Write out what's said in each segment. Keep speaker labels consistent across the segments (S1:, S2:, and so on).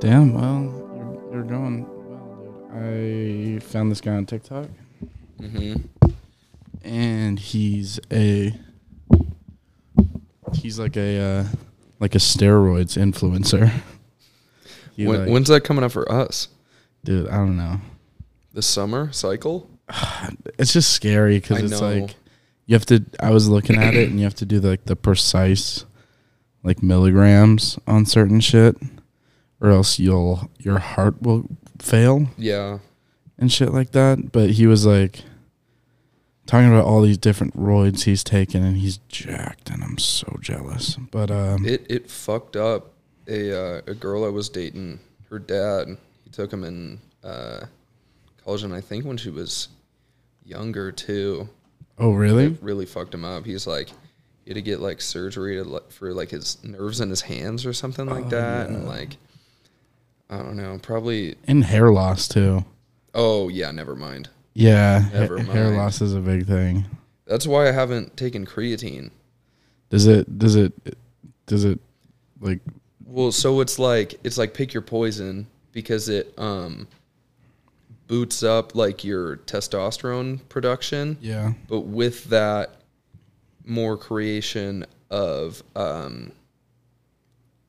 S1: Damn, well, you're, you're going well, dude. I found this guy on TikTok,
S2: Mm-hmm.
S1: and he's a he's like a uh, like a steroids influencer. He
S2: When,
S1: like-
S2: when's that coming up for us?
S1: dude, I don't know.
S2: This summer cycle?
S1: It's just scary because
S2: I
S1: it's
S2: know.
S1: like you have to. I was looking at it, and you have to do like the precise like milligrams on certain shit, or else you'll your heart will fail.
S2: Yeah.
S1: and shit like that. But he was like talking about all these different roids he's taken, and he's jacked, and I'm so jealous. But um,
S2: It it fucked up a uh, a girl I was dating. Her dad he took him in uh, college, and I think when she was younger too.
S1: oh really?
S2: It really fucked him up. He's like he had to get like surgery to like, for like his nerves in his hands or something like
S1: Oh,
S2: that, and like I don't know, probably.
S1: And hair loss too.
S2: Oh yeah, never mind.
S1: Yeah, ha-
S2: Never
S1: hair
S2: mind.
S1: loss is a big thing.
S2: That's why I haven't taken creatine.
S1: Does it? Does it? Does it? Like
S2: Well, so it's like it's like pick your poison because it um boots up like your testosterone production,
S1: yeah.
S2: but with that more creation of um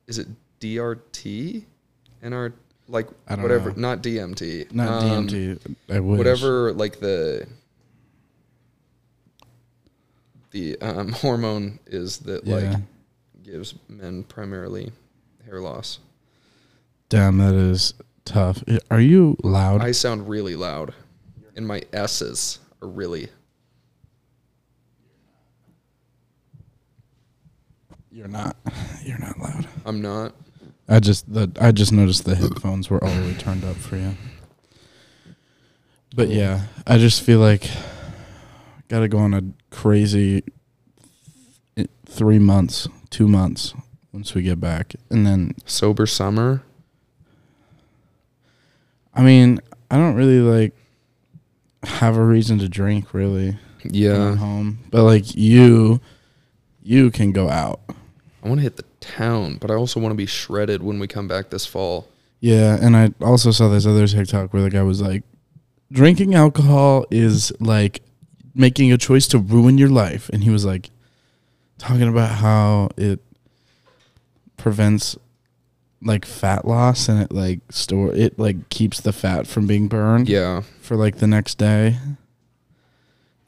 S2: is it DRT? NR like
S1: I don't
S2: whatever,
S1: know.
S2: not DMT.
S1: Not
S2: um,
S1: DMT. I wish.
S2: Whatever like the the um, hormone is that
S1: Yeah.
S2: like gives men primarily hair loss.
S1: Damn, that is tough. I- Are you loud?
S2: I sound really loud, and my s's are really.
S1: you're not. You're not loud.
S2: I'm not.
S1: I just the I just noticed the headphones were all the way turned up for you. But yeah, I just feel like gotta go on a crazy th- three months, two months once we get back, and then
S2: Sober summer.
S1: I mean I don't really like have a reason to drink really when I'm
S2: Yeah,
S1: home, but like you, you can go out.
S2: I want to hit the town, but I also want to be shredded when we come back this fall.
S1: Yeah, and I also saw this other TikTok where the guy was like, drinking alcohol is like making a choice to ruin your life. And he was like, talking about how it prevents like fat loss and it like store it like keeps the fat from being burned
S2: Yeah,
S1: for like the next day.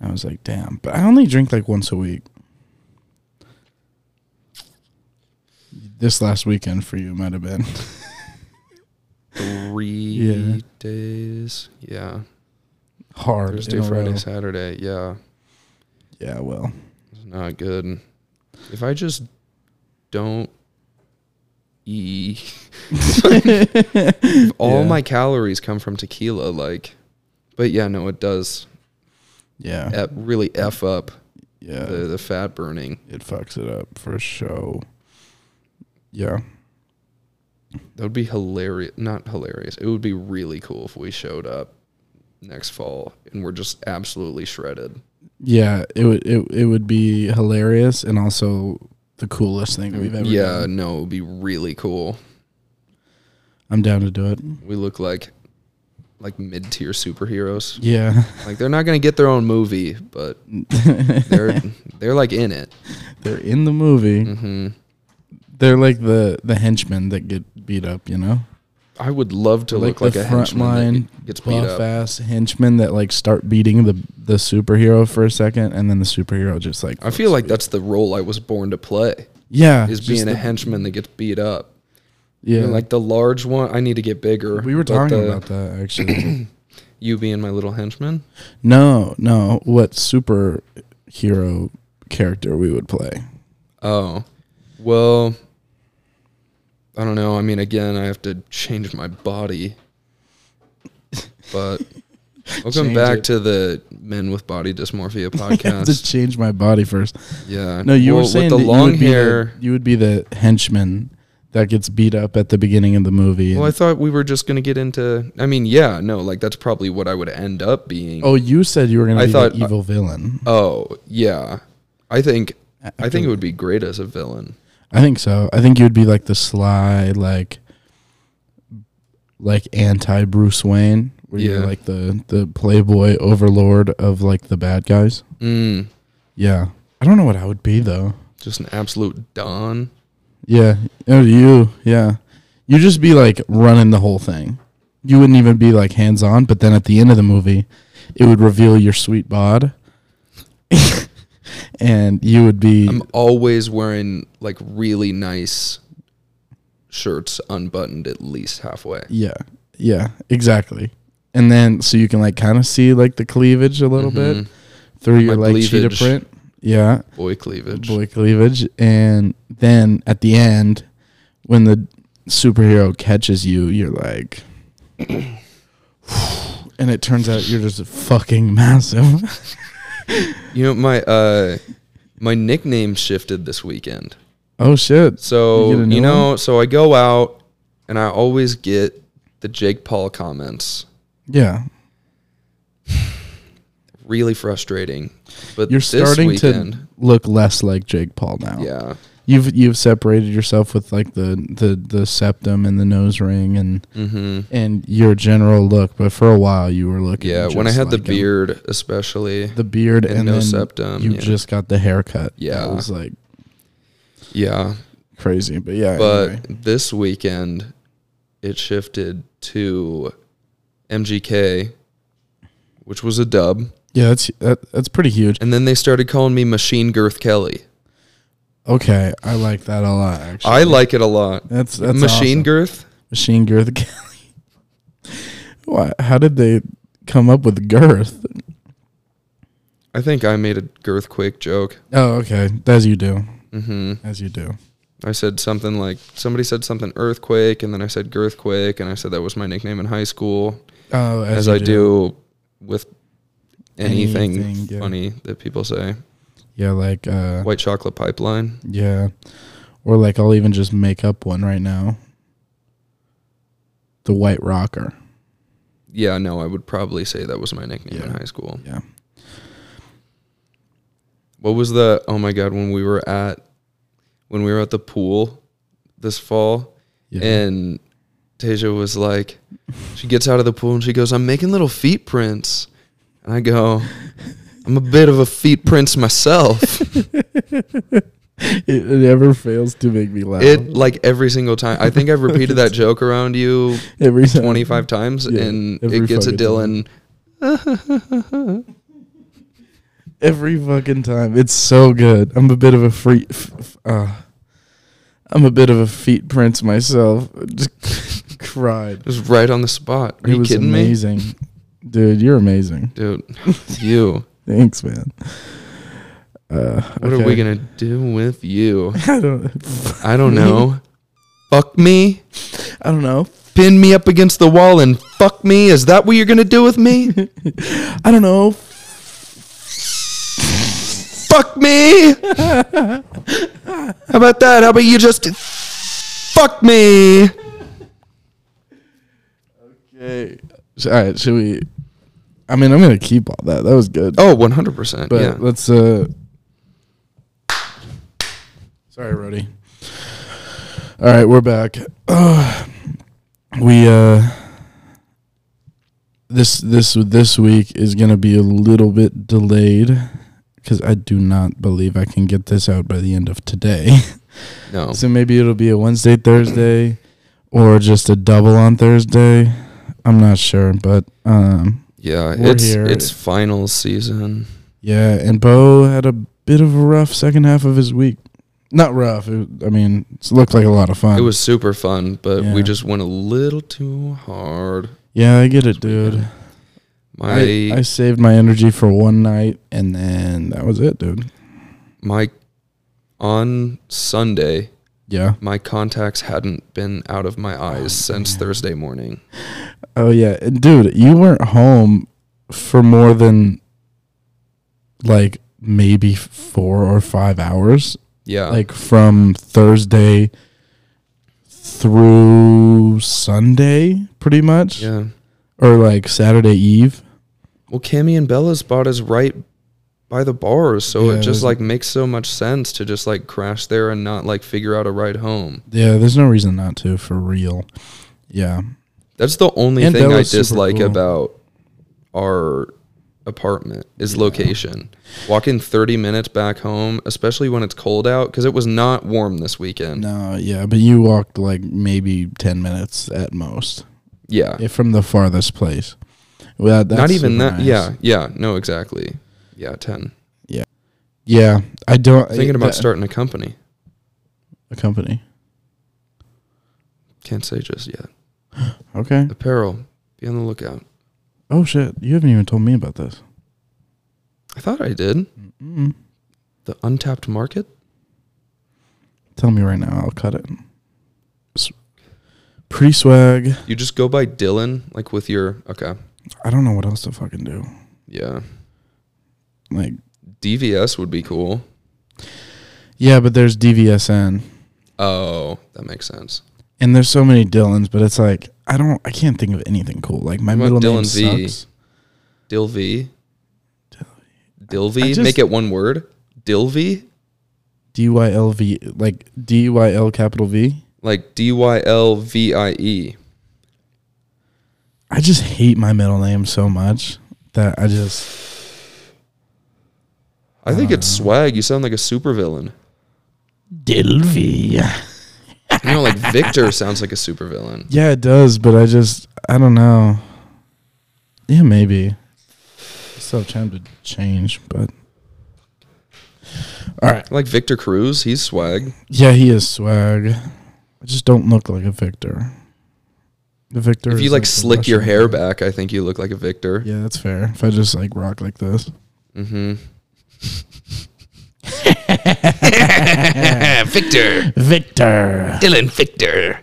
S1: I was like, damn. But I only drink like once a week. This last weekend for you might have been.
S2: three
S1: Yeah.
S2: days. Yeah,
S1: hard.
S2: Thursday,
S1: in a
S2: Friday,
S1: row.
S2: Saturday. Yeah,
S1: Yeah, well,
S2: it's not good. If I just don't eat, If all
S1: Yeah.
S2: my calories come from tequila. Like, but yeah, no, it does
S1: yeah,
S2: eh, really f up
S1: yeah,
S2: the, the fat burning.
S1: it fucks it up for sure. Yeah,
S2: That would be hilarious. Not hilarious. It would be really cool if we showed up next fall and we're just absolutely shredded.
S1: yeah, it would it it would be hilarious and also the coolest thing we've ever
S2: yeah,
S1: done.
S2: no, it would be really cool.
S1: I'm down to do it.
S2: We look like like mid tier superheroes.
S1: Yeah,
S2: Like they're not gonna get their own movie, but they're they're like in it.
S1: they're in the movie.
S2: hmm
S1: They're like the the henchmen that get beat up. You know,
S2: I would love to
S1: They're
S2: look like
S1: the
S2: a
S1: front
S2: henchman that
S1: line
S2: gets beat
S1: buff
S2: up.
S1: ass henchmen that like start beating the the superhero for a second, and then the superhero just like
S2: I feel like that's the role I was born to play
S1: yeah
S2: is
S1: just
S2: being a
S1: the-
S2: henchman that gets beat up.
S1: yeah
S2: You're like the large one, I need to get bigger.
S1: We were
S2: but
S1: talking
S2: the-
S1: about that actually.
S2: you being my little henchman.
S1: no, no. What superhero character we would play?
S2: Oh, well, I don't know. I mean, again, I have to change my body, but welcome
S1: Change
S2: back
S1: it.
S2: to the Men with Body Dysmorphia
S1: I have to
S2: podcast.
S1: change my body first.
S2: yeah,
S1: No, you
S2: Well,
S1: were saying
S2: with the
S1: that
S2: long
S1: you would
S2: hair.
S1: Be the, you would be the henchman that gets beat up at the beginning of the movie.
S2: well, I
S1: and-
S2: thought we were just gonna get into. I mean, yeah, no, like that's probably what I would end up being.
S1: oh, you said you were going
S2: I
S1: to be
S2: thought- uh,
S1: the evil villain.
S2: Oh, yeah, I think I think
S1: After-
S2: it would be great as a villain.
S1: I think so. I think you would be like the sly, like like anti Bruce Wayne, where you're
S2: Yeah.
S1: like the the playboy overlord of like the bad guys.
S2: Mm,
S1: Yeah, I don't know what I would be though.
S2: just an absolute don.
S1: Yeah, oh you, yeah, you just be like running the whole thing. You wouldn't even be like hands on, but then at the end of the movie, it would reveal your sweet bod, and you would be
S2: I'm always wearing like really nice shirts unbuttoned at least halfway.
S1: Yeah. Yeah, exactly. And then so you can like kind of see like the cleavage a little bit through your
S2: Mm-hmm. My
S1: like cheetah
S2: cleavage.
S1: print. Yeah.
S2: Boy cleavage.
S1: Boy cleavage. And then at the end, when the superhero catches you, you're like and it turns out you're just fucking massive.
S2: You know my uh my nickname shifted this weekend.
S1: oh shit. You
S2: So
S1: get a new
S2: you know, so I go out and I always get the Jake Paul comments.
S1: Yeah.
S2: Really frustrating. But
S1: You're
S2: this
S1: starting
S2: weekend,
S1: to look less like Jake Paul now.
S2: yeah.
S1: You've you've separated yourself with like the the the septum and the nose ring and
S2: Mm-hmm.
S1: and your general look, but for a while you were looking.
S2: Yeah, when I
S1: just
S2: had the
S1: like him.
S2: beard, especially.
S1: the beard, and,
S2: and no
S1: then
S2: septum,
S1: you
S2: yeah.
S1: just got the haircut.
S2: Yeah.
S1: it was like
S2: Yeah,
S1: crazy, but yeah.
S2: but
S1: anyway.
S2: this weekend it shifted to MGK, which was a dub,
S1: yeah, that's that, that's pretty huge.
S2: and then they started calling me Machine Girth Kelly.
S1: Okay, I like that a lot. Actually,
S2: I like it a lot.
S1: that's that's
S2: Machine
S1: awesome.
S2: Girth.
S1: machine girth Kelly. Why? How did they come up with girth?
S2: I think I made a girthquake joke.
S1: Oh, okay, as you do,
S2: hmm
S1: as you do.
S2: I said something like somebody said something earthquake, and then I said girthquake, and I said that was my nickname in high school,
S1: Oh, as,
S2: as,
S1: you
S2: I do with anything,
S1: Anything, yeah.
S2: funny that people say.
S1: Yeah, like uh,
S2: White chocolate pipeline.
S1: Yeah. Or like I'll even just make up one right now. The White Rocker.
S2: Yeah, no, I would probably say that was my nickname in
S1: Yeah.
S2: high school.
S1: Yeah.
S2: What was the oh my god when we were at when we were at the pool this fall
S1: Yeah.
S2: and Tasia was like she gets out of the pool and she goes, I'm making little feet prints and I go, I'm a bit of a feet prints myself.
S1: it, it never fails to make me laugh.
S2: it like every single time. I think I've repeated that joke around you
S1: Every time.
S2: twenty five times
S1: Yeah,
S2: and
S1: every
S2: it gets a
S1: fucking
S2: Dylan.
S1: Every fucking time. It's so good. I'm a bit of a free. F- f- uh, I'm a bit of a feet prince myself. Just cried.
S2: Just right on the spot. Are
S1: it
S2: you
S1: was
S2: kidding me?
S1: amazing. Dude, you're amazing.
S2: Dude, you.
S1: Thanks, man. Uh,
S2: What are
S1: okay.
S2: we gonna do with you?
S1: I don't.
S2: I don't know. fuck me.
S1: I don't know.
S2: Pin me up against the wall and fuck me. Is that what you're gonna do with me?
S1: I don't know.
S2: fuck me. How about that? How about you just fuck me?
S1: Okay. So, all right. Should we? I mean, I'm gonna keep all that. That was good.
S2: Oh, 100. percent
S1: but
S2: Yeah.
S1: let's. uh Sorry, Rody. All right, we're back. Ugh. we uh this this this week is gonna be a little bit delayed because I do not believe I can get this out by the end of today.
S2: No.
S1: So maybe it'll be a Wednesday, Thursday, or just a double on Thursday. I'm not sure, but um,
S2: Yeah.
S1: We're
S2: It's
S1: here.
S2: it's finals season.
S1: yeah. And Bo had a bit of a rough second half of his week. Not rough. It, I mean, it looked like a lot of fun.
S2: It was super fun, but
S1: Um, Yeah.
S2: we just went a little too hard.
S1: Yeah, I get it, dude.
S2: My
S1: I, I saved my energy for one night, and then that was it, dude.
S2: my on Sunday.
S1: Yeah.
S2: My contacts hadn't been out of my eyes since Thursday morning.
S1: Oh yeah, And, dude, you weren't home for more than like maybe four or five hours.
S2: Yeah.
S1: like from Thursday through Sunday, pretty much,
S2: yeah.
S1: or like Saturday Eve.
S2: Well, Cammy and Bella's spot is right by the bars, so
S1: Yeah,
S2: it
S1: there's-
S2: just like makes so much sense to just like crash there and not like figure out a ride home.
S1: Yeah, there's no reason not to, for real. Yeah,
S2: That's the only
S1: And
S2: thing I
S1: Bella's super
S2: dislike
S1: cool.
S2: about our apartment is location. Walking 30 minutes back home, especially when it's cold out, because it was not warm this weekend.
S1: No, yeah, but you walked like maybe ten minutes at most
S2: Yeah.
S1: eh, from the farthest place. Well, that's
S2: not even
S1: super
S2: that.
S1: nice.
S2: Yeah. Yeah. No, exactly. Yeah. 10.
S1: Uh, yeah. I don't eh,
S2: Thinking about
S1: that-
S2: starting a company.
S1: a company.
S2: Can't say just yet.
S1: Okay.
S2: Apparel. Be on the lookout.
S1: Oh shit, you haven't even told me about this.
S2: I thought I did.
S1: mm
S2: The untapped market.
S1: Tell me right now, I'll cut it. Pre swag.
S2: You just go by Dylan, like with your. Okay.
S1: I don't know what else to fucking do.
S2: Yeah.
S1: Like,
S2: DVS would be cool.
S1: yeah, but there's DVSN,
S2: Oh, that makes sense.
S1: and there's so many Dylans, but it's like I don't, I can't think of anything cool. Like my
S2: What
S1: middle
S2: about
S1: name
S2: Dylan V?
S1: sucks.
S2: Dilvy.
S1: I- I
S2: Dilvy.
S1: just-
S2: Make it one word. Dilvy.
S1: D Y L V, like D Y L capital V.
S2: Like D Y L V I E.
S1: I just hate my middle name so much that I just
S2: I think
S1: Uh.
S2: it's swag. You sound like a supervillain.
S1: Dilvy.
S2: You know, like Victor sounds like a supervillain.
S1: Yeah, it does, but I just I don't know. Yeah, maybe. Still have time to change, but all right.
S2: Like Victor Cruz, he's swag.
S1: Yeah, he is swag. I just don't look like a Victor. The Victor.
S2: If
S1: is
S2: you like
S1: the
S2: slick your
S1: Russian
S2: hair
S1: guy.
S2: back, I think you look like a Victor.
S1: Yeah, that's fair. If I just like rock like this,
S2: Mm-hmm. Victor.
S1: Victor.
S2: Dylan Victor.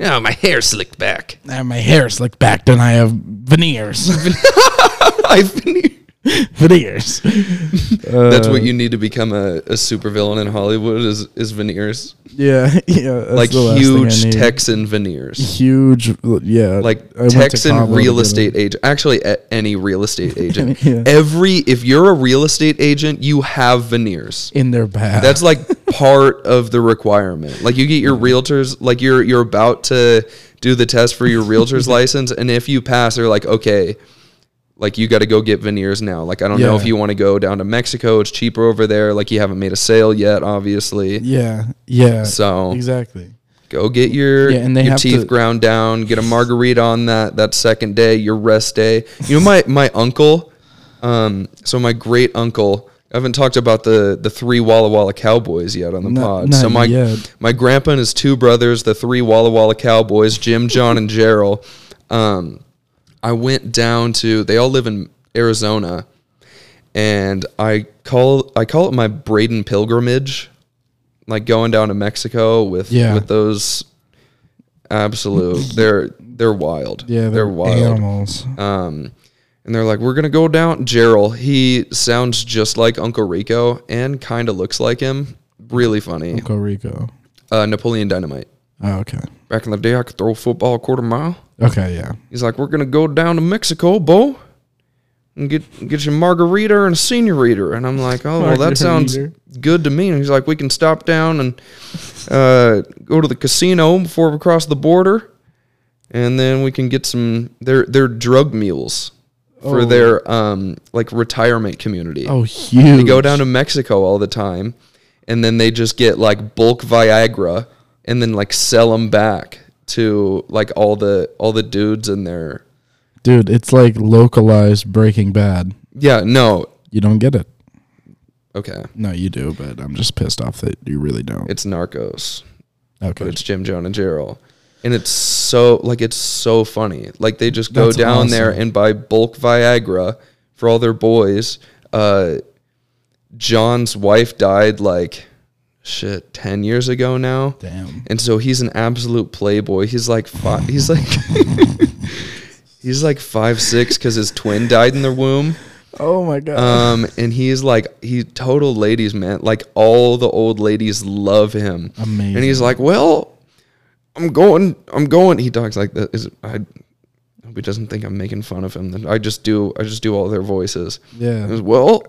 S2: Oh, my hair slicked back.
S1: I have my hair slicked back, then I have veneers.
S2: I've been
S1: veneers.
S2: That's
S1: Um, Uh,
S2: what you need to become a, a supervillain in Hollywood is is veneers.
S1: Yeah, yeah. that's
S2: like
S1: the last thing I
S2: huge
S1: need.
S2: Texan veneers.
S1: Huge, yeah.
S2: Like
S1: I went to
S2: Texan
S1: Cabo to
S2: real
S1: get it.
S2: estate agent. Actually a- any real estate agent.
S1: Yeah.
S2: Every if you're a real estate agent, you have veneers.
S1: in their bath.
S2: That's like part of the requirement. Like you get your
S1: Mm-hmm.
S2: realtors like you're you're about to do the test for your realtor's license and if you pass they're like okay like you got to go get veneers now. Like I don't know
S1: Yeah.
S2: if you want to go down to Mexico, it's cheaper over there. Like you haven't made a sale yet obviously.
S1: yeah, yeah.
S2: So
S1: exactly.
S2: go get your
S1: Yeah, and they
S2: your
S1: have
S2: teeth
S1: to-
S2: ground down, get a margarita on that that second day, your rest day. You know my my uncle um so my great uncle I haven't talked about the the three Walla Walla Cowboys yet on the
S1: Not-
S2: pod.
S1: not
S2: so my
S1: yet.
S2: my grandpa and his two brothers, the three Walla Walla Cowboys, Jim, John, and Gerald. Um, I went down to. They all live in Arizona, and I call I call it my Braden pilgrimage, like going down to Mexico with
S1: Yeah.
S2: with those absolute. They're they're wild.
S1: Yeah, they're,
S2: wild.
S1: animals.
S2: Um, and they're like, we're gonna go down. Gerald, he sounds just like Uncle Rico and kind of looks like him. Really funny.
S1: Uncle Rico.
S2: Uh, Napoleon Dynamite
S1: Oh, okay.
S2: back in the day I could throw a football a quarter mile.
S1: Okay. Yeah.
S2: He's like, We're gonna go down to Mexico, Bo, and get get your margarita and a senorita. And I'm like, Oh well that sounds
S1: Margarita.
S2: good to me. And he's like, We can stop down and uh, go to the casino before we cross the border and then we can get some their their drug mules for
S1: Oh.
S2: their um like retirement community.
S1: Oh, huge.
S2: They go down to Mexico all the time, and then they just get like bulk Viagra, and then like sell them back to like all the all the dudes in there.
S1: dude. It's like localized Breaking Bad.
S2: Yeah, no,
S1: You don't get it.
S2: okay,
S1: No, you do, but I'm just pissed off that you really don't.
S2: it's Narcos, but
S1: okay.
S2: it's Jim, Joan, and Gerald, and it's so like it's so funny. Like they just go
S1: That's
S2: down there
S1: awesome.
S2: and buy bulk Viagra for all their boys. Uh, John's wife died like shit ten years ago now.
S1: Damn.
S2: and so he's an absolute playboy. He's like five. He's like he's like five six because his twin died in the womb.
S1: Oh my god.
S2: Um, and he's like he total ladies man. Like all the old ladies love him.
S1: Amazing.
S2: And he's like, well, I'm going. I'm going. He talks like that. Is I hope he doesn't think I'm making fun of him. I just do. I just do all their voices. He
S1: yeah.
S2: goes, well,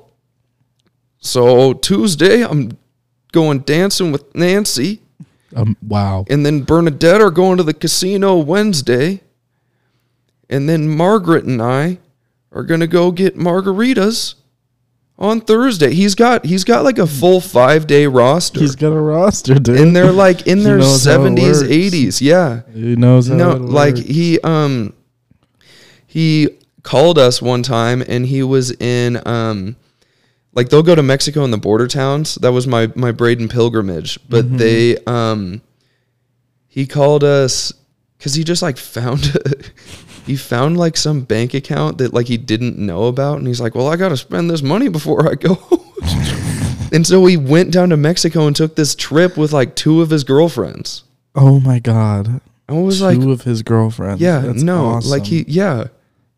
S2: so Tuesday I'm going dancing with Nancy.
S1: Um, wow.
S2: and then Bernadette are going to the casino Wednesday, and then Margaret and I are gonna go get margaritas on Thursday. He's got he's got like a full five day roster,
S1: He's got a roster, dude.
S2: and they're like in
S1: He
S2: their
S1: knows how it
S2: seventies,
S1: works.
S2: eighties. Yeah,
S1: he knows how
S2: no,
S1: it
S2: like
S1: works.
S2: he um he called us one time and he was in um like they'll go to Mexico and the border towns. That was my my Braden pilgrimage, but they um he called us cuz he just like found he found like some bank account that like he didn't know about and he's like, "Well, I got to spend this money before I go." and so he went down to Mexico and took this trip with like two of his girlfriends.
S1: oh my god,
S2: I was
S1: two
S2: like,
S1: of his girlfriends.
S2: yeah,
S1: That's
S2: no,
S1: awesome.
S2: like he, yeah,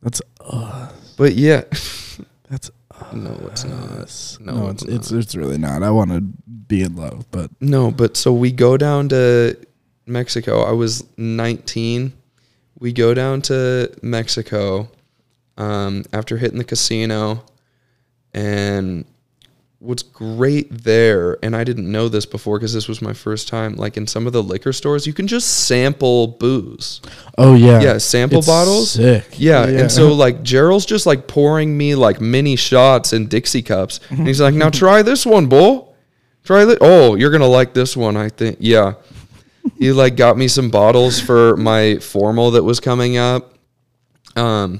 S1: That's uh,
S2: but yeah,
S1: that's
S2: no, it's not.
S1: us.
S2: No,
S1: No,
S2: it's
S1: it's it's it's really not. I want to be in love, but
S2: No, but so we go down to Mexico. I was 19. We go down to Mexico um, after hitting the casino, and what's great there, and I didn't know this before because this was my first time. Like in some of the liquor stores, you can just sample booze.
S1: oh yeah,
S2: Yeah, sample
S1: It's
S2: bottles.
S1: Sick.
S2: Yeah, and so like Gerald's just like pouring me like mini shots in Dixie cups, and he's like, "Now try this one, bull. Try that. Oh, you're gonna like this one, I think. Yeah." he like got me some bottles for my formal that was coming up. Um,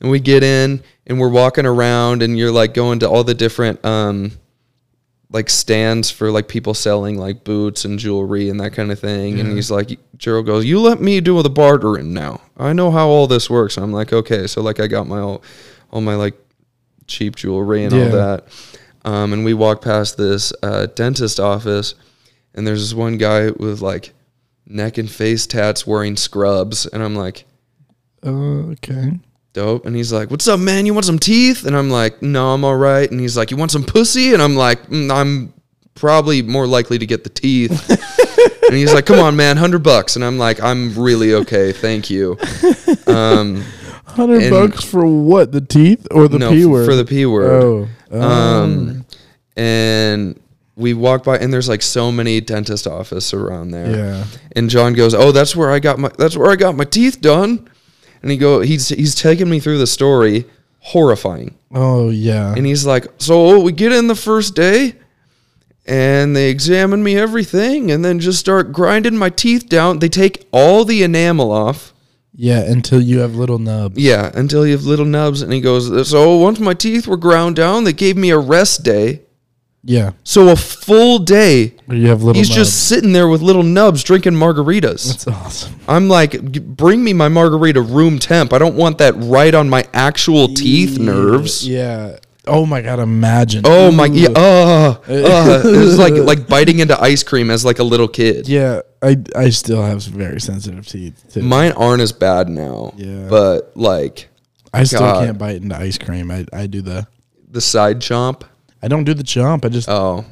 S2: and we get in and we're walking around, and you're like going to all the different um, like stands for like people selling like boots and jewelry and that kind of thing. And he's like, Gerald goes, "You let me do the bartering now. I know how all this works." And I'm like, "Okay." So like I got my all, all my like cheap jewelry and all
S1: Yeah.
S2: that. Um, and we walk past this uh, dentist office, and there's this one guy with like neck and face tats wearing scrubs, and I'm like,
S1: Uh, okay.
S2: dope. And he's like, "What's up, man? You want some teeth?" And I'm like, "No, I'm all right." And he's like, "You want some pussy?" And I'm like, "Mm, "I'm probably more likely to get the teeth." and he's like, "Come on, man, hundred bucks." And I'm like, "I'm really okay, thank you." Um,
S1: Hundred
S2: And-
S1: bucks for what? The teeth or the
S2: no,
S1: p
S2: f-
S1: word?
S2: for the p word.
S1: Oh,
S2: Um, and we walk by, and there's like so many dentist office around there.
S1: oh, yeah.
S2: And John goes, "Oh, that's where I got my that's where I got my teeth done." And he go, he's he's taking me through the story, horrifying.
S1: Oh yeah.
S2: And he's like, "So oh, we get in the first day, and they examine me everything, and then just start grinding my teeth down. They take all the enamel off."
S1: yeah. Until you have little nubs.
S2: Yeah, until you have little nubs. And he goes, So once my teeth were ground down, they gave me a rest day.
S1: Yeah.
S2: So a full day.
S1: Or you have little.
S2: He's
S1: nubs.
S2: just sitting there with little nubs drinking margaritas.
S1: That's awesome.
S2: I'm like, "G- bring me my margarita room temp. I don't want that right on my actual teeth nerves.
S1: Yeah. Oh my god. Imagine.
S2: Oh my, yeah,
S1: Ooh.
S2: uh, uh, it was like like biting into ice cream as like a little kid.
S1: Yeah. I I still have some very sensitive teeth too.
S2: Mine aren't as bad now.
S1: Yeah.
S2: but like
S1: I still
S2: God.
S1: can't bite into ice cream. I I do the.
S2: the side chomp.
S1: I don't do the chomp. I just
S2: Oh,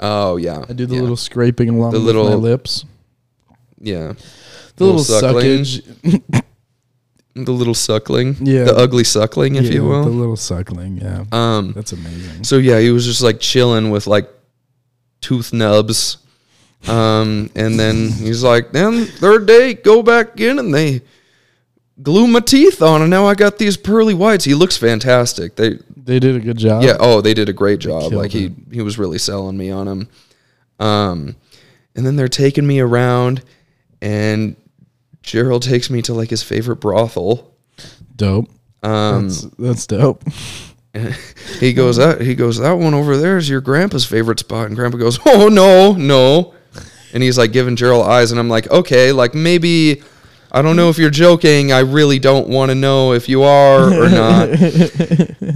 S2: oh yeah.
S1: I do the
S2: yeah.
S1: little scraping along
S2: The
S1: with
S2: little-
S1: my lips.
S2: yeah.
S1: The
S2: little
S1: little,
S2: suckling,
S1: suckage,
S2: The little suckling,
S1: Yeah.
S2: the ugly suckling, if
S1: yeah,
S2: you
S1: The
S2: will.
S1: little suckling. Yeah.
S2: um,
S1: That's amazing.
S2: So yeah, he was just like chilling with like tooth nubs. Um, and then he's like, then third day, go back in and they glue my teeth on and now I got these pearly whites. He looks fantastic. They
S1: They did a good job.
S2: yeah, oh, they did a great job.
S1: killed
S2: Like he he was really selling me on him. Um and then they're taking me around and Gerald takes me to like his favorite brothel.
S1: Dope.
S2: Um
S1: That's, that's dope.
S2: he goes that he goes that one over there is your grandpa's favorite spot and grandpa goes oh no no and he's like giving gerald eyes and i'm like okay like maybe i don't know if you're joking i really don't want to know if you are or not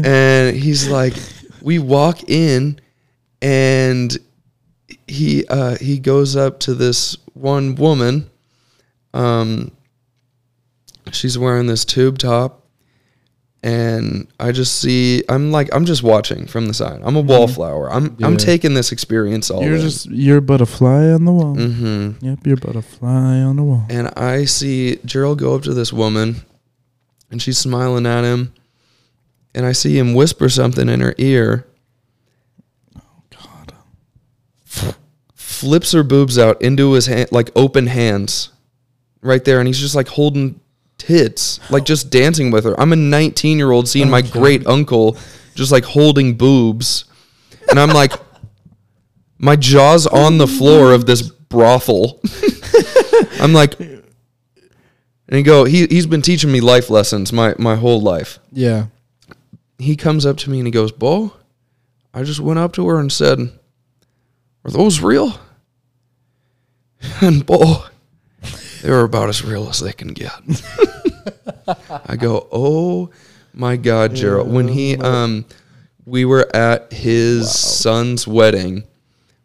S2: and he's like we walk in and he uh he goes up to this one woman um she's wearing this tube top and I just see I'm like I'm just watching from the side. I'm a wallflower. I'm I'm
S1: Mm-hmm. Yeah.
S2: taking this experience all.
S1: You're
S2: in.
S1: just you're but a fly on the wall.
S2: Mhm.
S1: Yep, you're but a fly on the wall.
S2: And I see Gerald go up to this woman and she's smiling at him. And I see him whisper something in her ear.
S1: God.
S2: flips her boobs out into his hand, like open hands, right there, and he's just like holding tits, like just dancing with her. I'm a 19 year old seeing my great uncle just like holding boobs, and I'm like, my jaw's on the floor of this brothel. I'm like, and he go, he he's been teaching me life lessons my my whole life
S1: Yeah.
S2: he comes up to me and he goes, Bo, I just went up to her and said, Are those real? And Bo, they were about as real as they can get. I go, Oh my God, Gerald. When he, um, we were at his son's wedding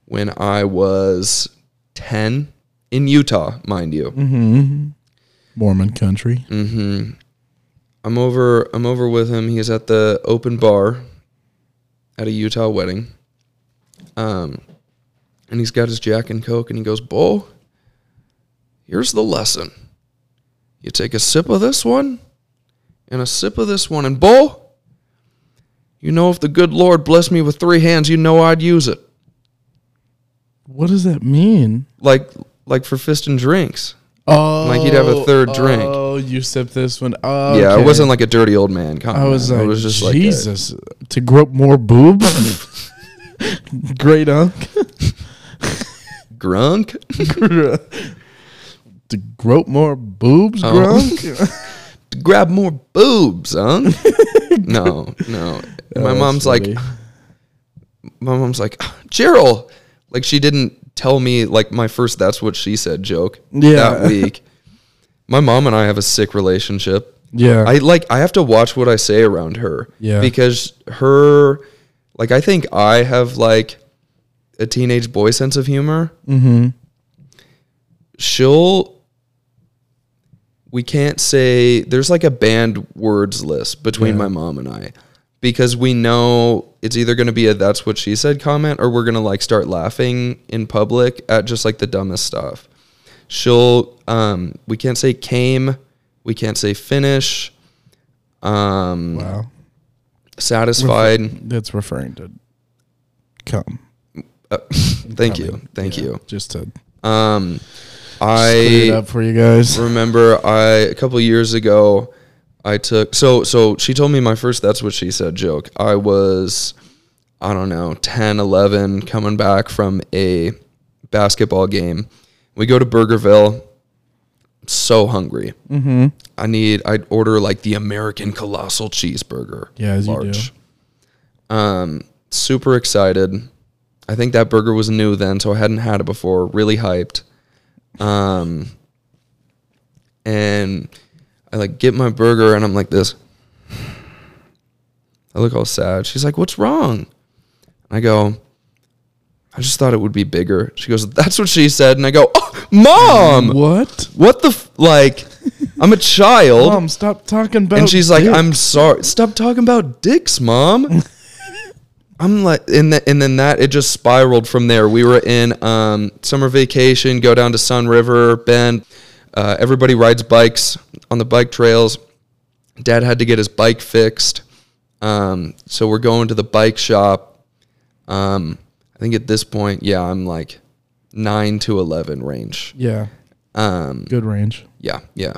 S2: when I was 10 in Utah, mind you.
S1: Mormon country.
S2: Mm. Mm-hmm. I'm over I'm over with him. He's at the open bar at a Utah wedding. Um and he's got his Jack and Coke and he goes, Bo, here's the lesson. You take a sip of this one and a sip of this one and Bo, you know if the good Lord blessed me with three hands, you know I'd use it.
S1: What does that mean?
S2: Like like for fist and drinks.
S1: Oh,
S2: Like he'd have a third drink.
S1: Oh, you sip this one. Oh,
S2: Yeah, it
S1: okay.
S2: wasn't like a dirty old man
S1: I
S2: comment.
S1: was like,
S2: it was just like a-
S1: Jesus, to grow up more boob. Great unk.
S2: grunk.
S1: to grope more boobs,
S2: Oh.
S1: grunk.
S2: grab more boobs, huh? no, no. My
S1: Oh,
S2: mom's
S1: silly.
S2: like, my mom's like, Gerald. Like she didn't tell me like my first that's what she said joke
S1: Yeah.
S2: that week. My mom and I have a sick relationship.
S1: yeah,
S2: I like I have to watch what I say around her.
S1: Yeah.
S2: Because her like I think I have like a teenage boy sense of humor. Mm-hmm. She'll we can't say there's like a banned words list between my mom and I. Because we know it's either gonna be a that's what she said comment or we're gonna like start laughing in public at just like the dumbest stuff. She'll um we can't say came, we can't say finish, um
S1: wow.
S2: satisfied.
S1: That's referring to come.
S2: Uh, thank you. Thank
S1: Yeah,
S2: you.
S1: Just to
S2: Um
S1: clear it
S2: I
S1: up for you guys.
S2: remember I a couple years ago I took so so she told me my first that's what she said joke. I was I don't know, 10, 11 coming back from a basketball game. We go to Burgerville. So hungry.
S1: Mm-hmm.
S2: I need I'd order like the American colossal cheeseburger.
S1: Yeah, as you
S2: do. Um, super excited. I think that burger was new then, so I hadn't had it before. Really hyped. Um, and I like get my burger and I'm like this. I look all sad. She's like, "What's wrong?" I go, "I just thought it would be bigger." She goes, "That's what she said," and I go, oh, "Mom."
S1: What?
S2: what the f- like i'm a child
S1: Mom, stop talking about.
S2: and she's like
S1: dick.
S2: i'm sorry stop talking about dicks mom i'm like and, th- and then that it just spiraled from there we were in um, summer vacation go down to sun river bend uh, everybody rides bikes on the bike trails dad had to get his bike fixed um, so we're going to the bike shop um, i think at this point yeah i'm like 9 to 11 range
S1: Yeah,
S2: um,
S1: good range.
S2: yeah, yeah.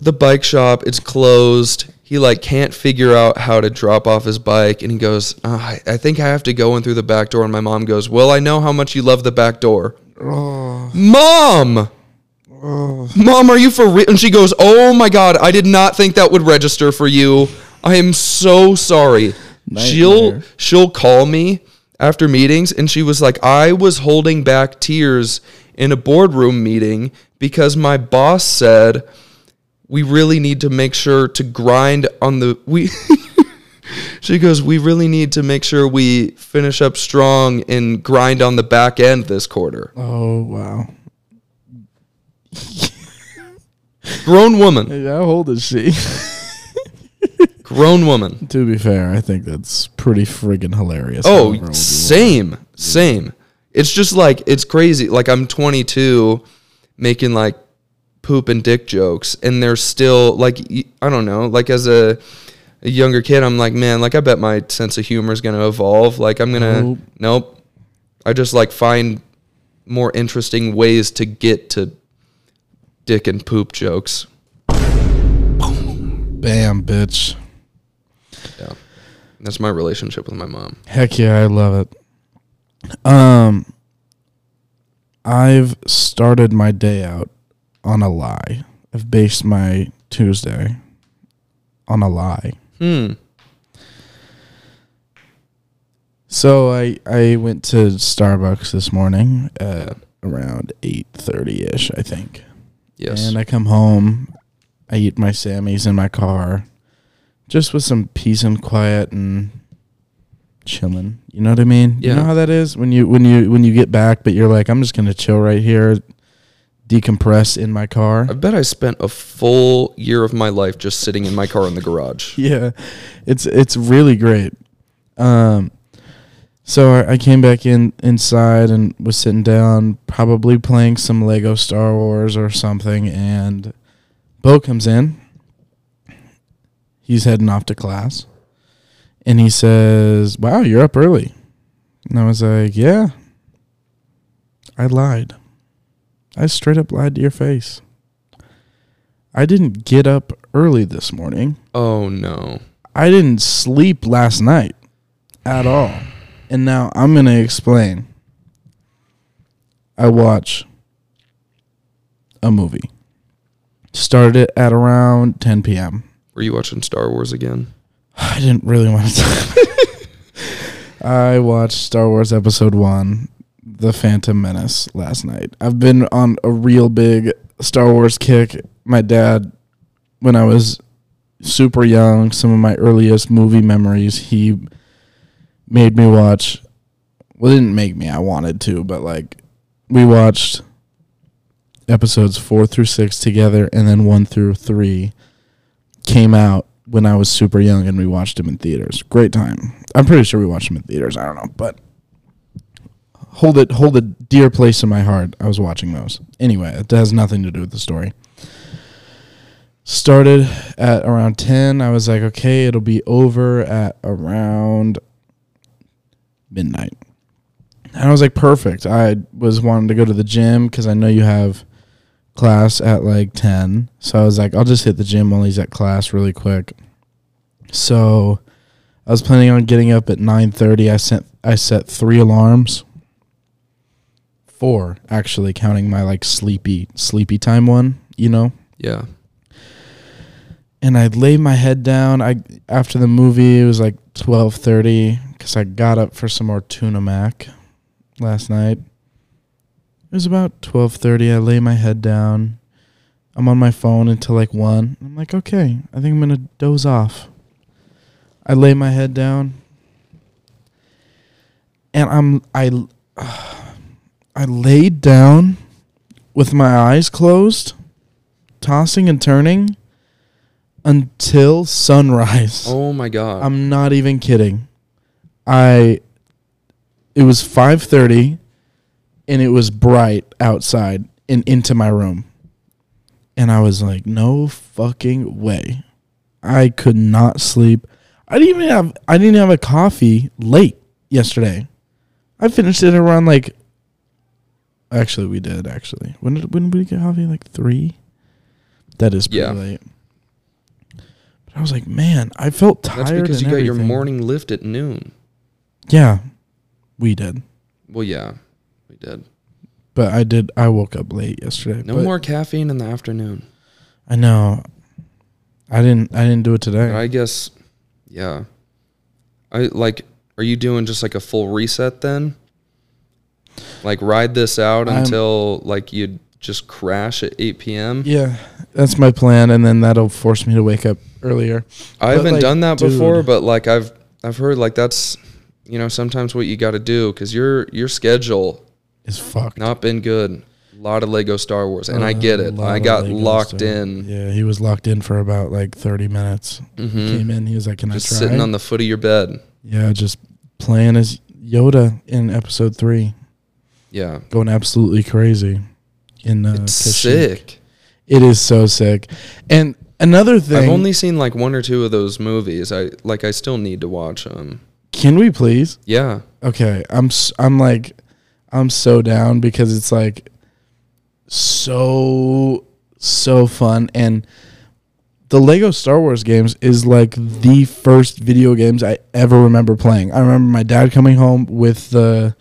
S2: The bike shop, it's closed. He like can't figure out how to drop off his bike, and he goes, "Ah, "I I think I have to go in through the back door." And my mom goes, "Well, I know how much you love the back door."
S1: Oh,
S2: Mom, mom, are you for real? And she goes, "Oh my god, I did not think that would register for you. I am so sorry." She'll
S1: Nightmare.
S2: she'll call me after meetings, and she was like, "I was holding back tears in a boardroom meeting because my boss said." We really need to make sure to grind on the we She goes, We really need to make sure we finish up strong and grind on the back end this quarter.
S1: oh wow.
S2: Grown woman.
S1: Hey, How old is she?
S2: Grown woman.
S1: to be fair, I think that's pretty friggin' hilarious.
S2: Oh,
S1: however old you
S2: same, same. It's just like it's crazy. Like I'm 22, making like poop and dick jokes, and they're still like y- I don't know. Like as a, a younger kid, I'm like, man, like I bet my sense of humor is gonna evolve. Like I'm gonna
S1: Nope.
S2: nope. I just like find more interesting ways to get to dick and poop jokes.
S1: Bam, bitch.
S2: Yeah. That's my relationship with my mom.
S1: Heck yeah, I love it. Um, I've started my day out on a lie. I've based my Tuesday on a lie.
S2: Hmm.
S1: So I I went to Starbucks this morning uh, around eight thirty ish, I think.
S2: Yes.
S1: And I come home, I eat my Sammys in my car, just with some peace and quiet and chilling. You know what I mean? You know
S2: Yeah.
S1: how that is when you when you when you get back, but you're like, I'm just gonna chill right here, decompress in my car.
S2: I bet I spent a full year of my life just sitting in my car in the garage.
S1: yeah, it's it's really great. Um, so I, I came back in inside and was sitting down, probably playing some Lego Star Wars or something, and Bo comes in. He's heading off to class, and he says, "Wow, you're up early." And I was like, "Yeah, I lied. I straight up lied to your face." I didn't get up early this morning.
S2: Oh no.
S1: I didn't sleep last night at all. And now I'm going to explain. I watch a movie. Started it at around 10 p.m.
S2: Were you watching Star Wars again?
S1: I didn't really want to talk. I watched Star Wars Episode 1, The Phantom Menace, last night. I've been on a real big Star Wars kick. My dad, when I was super young, some of my earliest movie memories, he made me watch. Well, didn't make me, I wanted to, but like, we watched episodes four through six together and then one through three came out when I was super young and we watched them in theaters. Great time. I'm pretty sure we watched them in theaters. I don't know, but hold it hold a dear place in my heart. I was watching those. Anyway, it has nothing to do with the story. Started at around 10. I was like, "Okay, it'll be over at around midnight." And I was like, "Perfect." I was wanting to go to the gym cuz I know you have class at like 10. So I was like, I'll just hit the gym while he's at class really quick. So I was planning on getting up at 9:30. I sent I set 3 alarms. 4 actually counting my like sleepy sleepy time one, you know?
S2: Yeah.
S1: and I laid my head down. I after the movie it was like twelve thirty because I got up for some more tuna mac last night. It was about twelve thirty. I lay my head down. I'm on my phone until like one. I'm like, okay, I think I'm gonna doze off. I lay my head down, and I'm I I laid down with my eyes closed, tossing and turning until sunrise.
S2: Oh my god.
S1: I'm not even kidding. I it was 5:30 and it was bright outside and into my room. And I was like, "No fucking way." I could not sleep. I didn't even have I didn't have a coffee late yesterday. I finished it around like Actually, we did actually. When did when did we get coffee like 3? That is pretty
S2: Yeah.
S1: late. But I was like, "Man, I felt tired."
S2: That's because
S1: and
S2: you got your
S1: everything.
S2: morning lift at noon.
S1: Yeah, we did.
S2: Well, yeah. We did.
S1: But I did. I woke up late yesterday.
S2: No
S1: but
S2: more caffeine in the afternoon.
S1: I know. I didn't. I didn't do it today.
S2: But I guess yeah. I like are you doing just like a full reset then? Like ride this out
S1: I'm-
S2: until like you just crash at 8 p.m.
S1: yeah, that's my plan, and then that'll force me to wake up earlier.
S2: I
S1: But,
S2: haven't
S1: like,
S2: done that before,
S1: dude.
S2: but like I've I've heard like that's you know sometimes what you got to do because your your schedule
S1: It's fucked.
S2: not been good. A lot of Lego Star Wars, and I get
S1: A
S2: it.
S1: Uh, lot
S2: I
S1: of
S2: got
S1: Legos
S2: locked
S1: to-
S2: in,
S1: Yeah, he was locked in for about like thirty minutes.
S2: Mhm.
S1: Came in. He was like, "Can
S2: just
S1: I try?"
S2: sitting on the foot of your bed.
S1: yeah, just playing as Yoda in Episode Three,
S2: Yeah,
S1: going absolutely crazy. In uh,
S2: it's
S1: Kashyyyk.
S2: sick.
S1: It is so sick. And another thing,
S2: I've only seen like one or two of those movies. I like I still need to watch them.
S1: can we please?
S2: Yeah,
S1: okay i'm s- i'm like I'm so down because it's like so so fun and the Lego Star Wars games is like the first video games I ever remember playing. I remember my dad coming home with the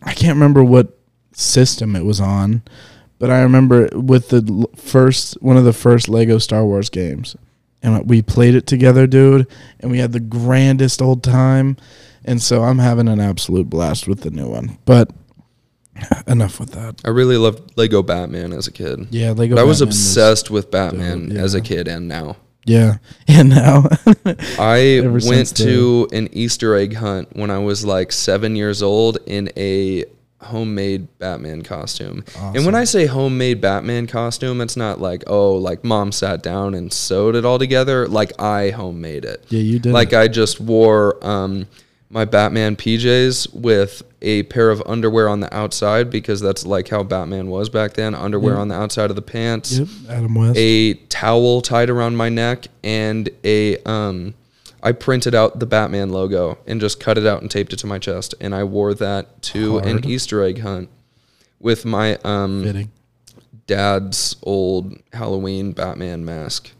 S1: I can't remember what system it was on, but I remember with the l- first one of the first Lego Star Wars games. And we played it together, dude, and we had the grandest old time. And so I'm having an absolute blast with the new one. But enough with that.
S2: I really loved Lego Batman as a kid.
S1: Yeah, Lego.
S2: I was
S1: Batman is-
S2: obsessed with Batman
S1: dope,
S2: as a
S1: yeah.
S2: kid and now.
S1: yeah, and now
S2: I
S1: Ever since
S2: went to an Easter egg hunt when I was like seven years old in a homemade Batman costume. And when I say homemade Batman costume, it's not like, oh, like mom sat down and sewed it all together. Like I homemade it.
S1: Yeah, you did
S2: Like I just wore um, my Batman PJs with a pair of underwear on the outside because that's like how Batman was back then underwear on the outside of the pants
S1: yep, Adam West.
S2: a towel tied around my neck and a um I printed out the Batman logo and just cut it out and taped it to my chest and I wore that to an
S1: Hard.
S2: Easter egg hunt with my um
S1: Fitting.
S2: dad's old Halloween Batman mask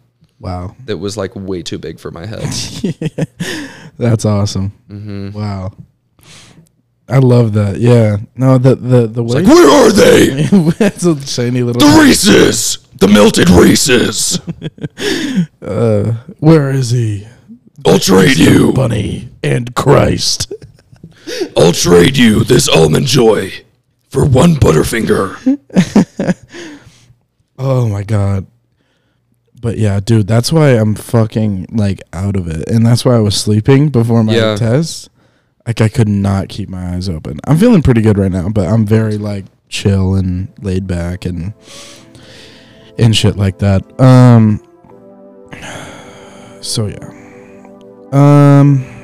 S1: Wow,
S2: that was like way too big for my head.
S1: that's awesome.
S2: Mm-hmm.
S1: Wow, I love that. Yeah, no, the the the way
S2: Where are they?
S1: that's a shiny little.
S2: Reese's. The melted Reese's.
S1: Uh, where is he?
S2: I'll trade you.
S1: Bunny and Christ.
S2: I'll trade you this almond joy for one butterfinger.
S1: Oh my god. But yeah, dude, that's why I'm fucking like out of it. And that's why I was sleeping before my
S2: Yeah.
S1: test. Like I could not keep my eyes open. I'm feeling pretty good right now, but I'm very like chill and laid back and and shit like that. Um so yeah. Um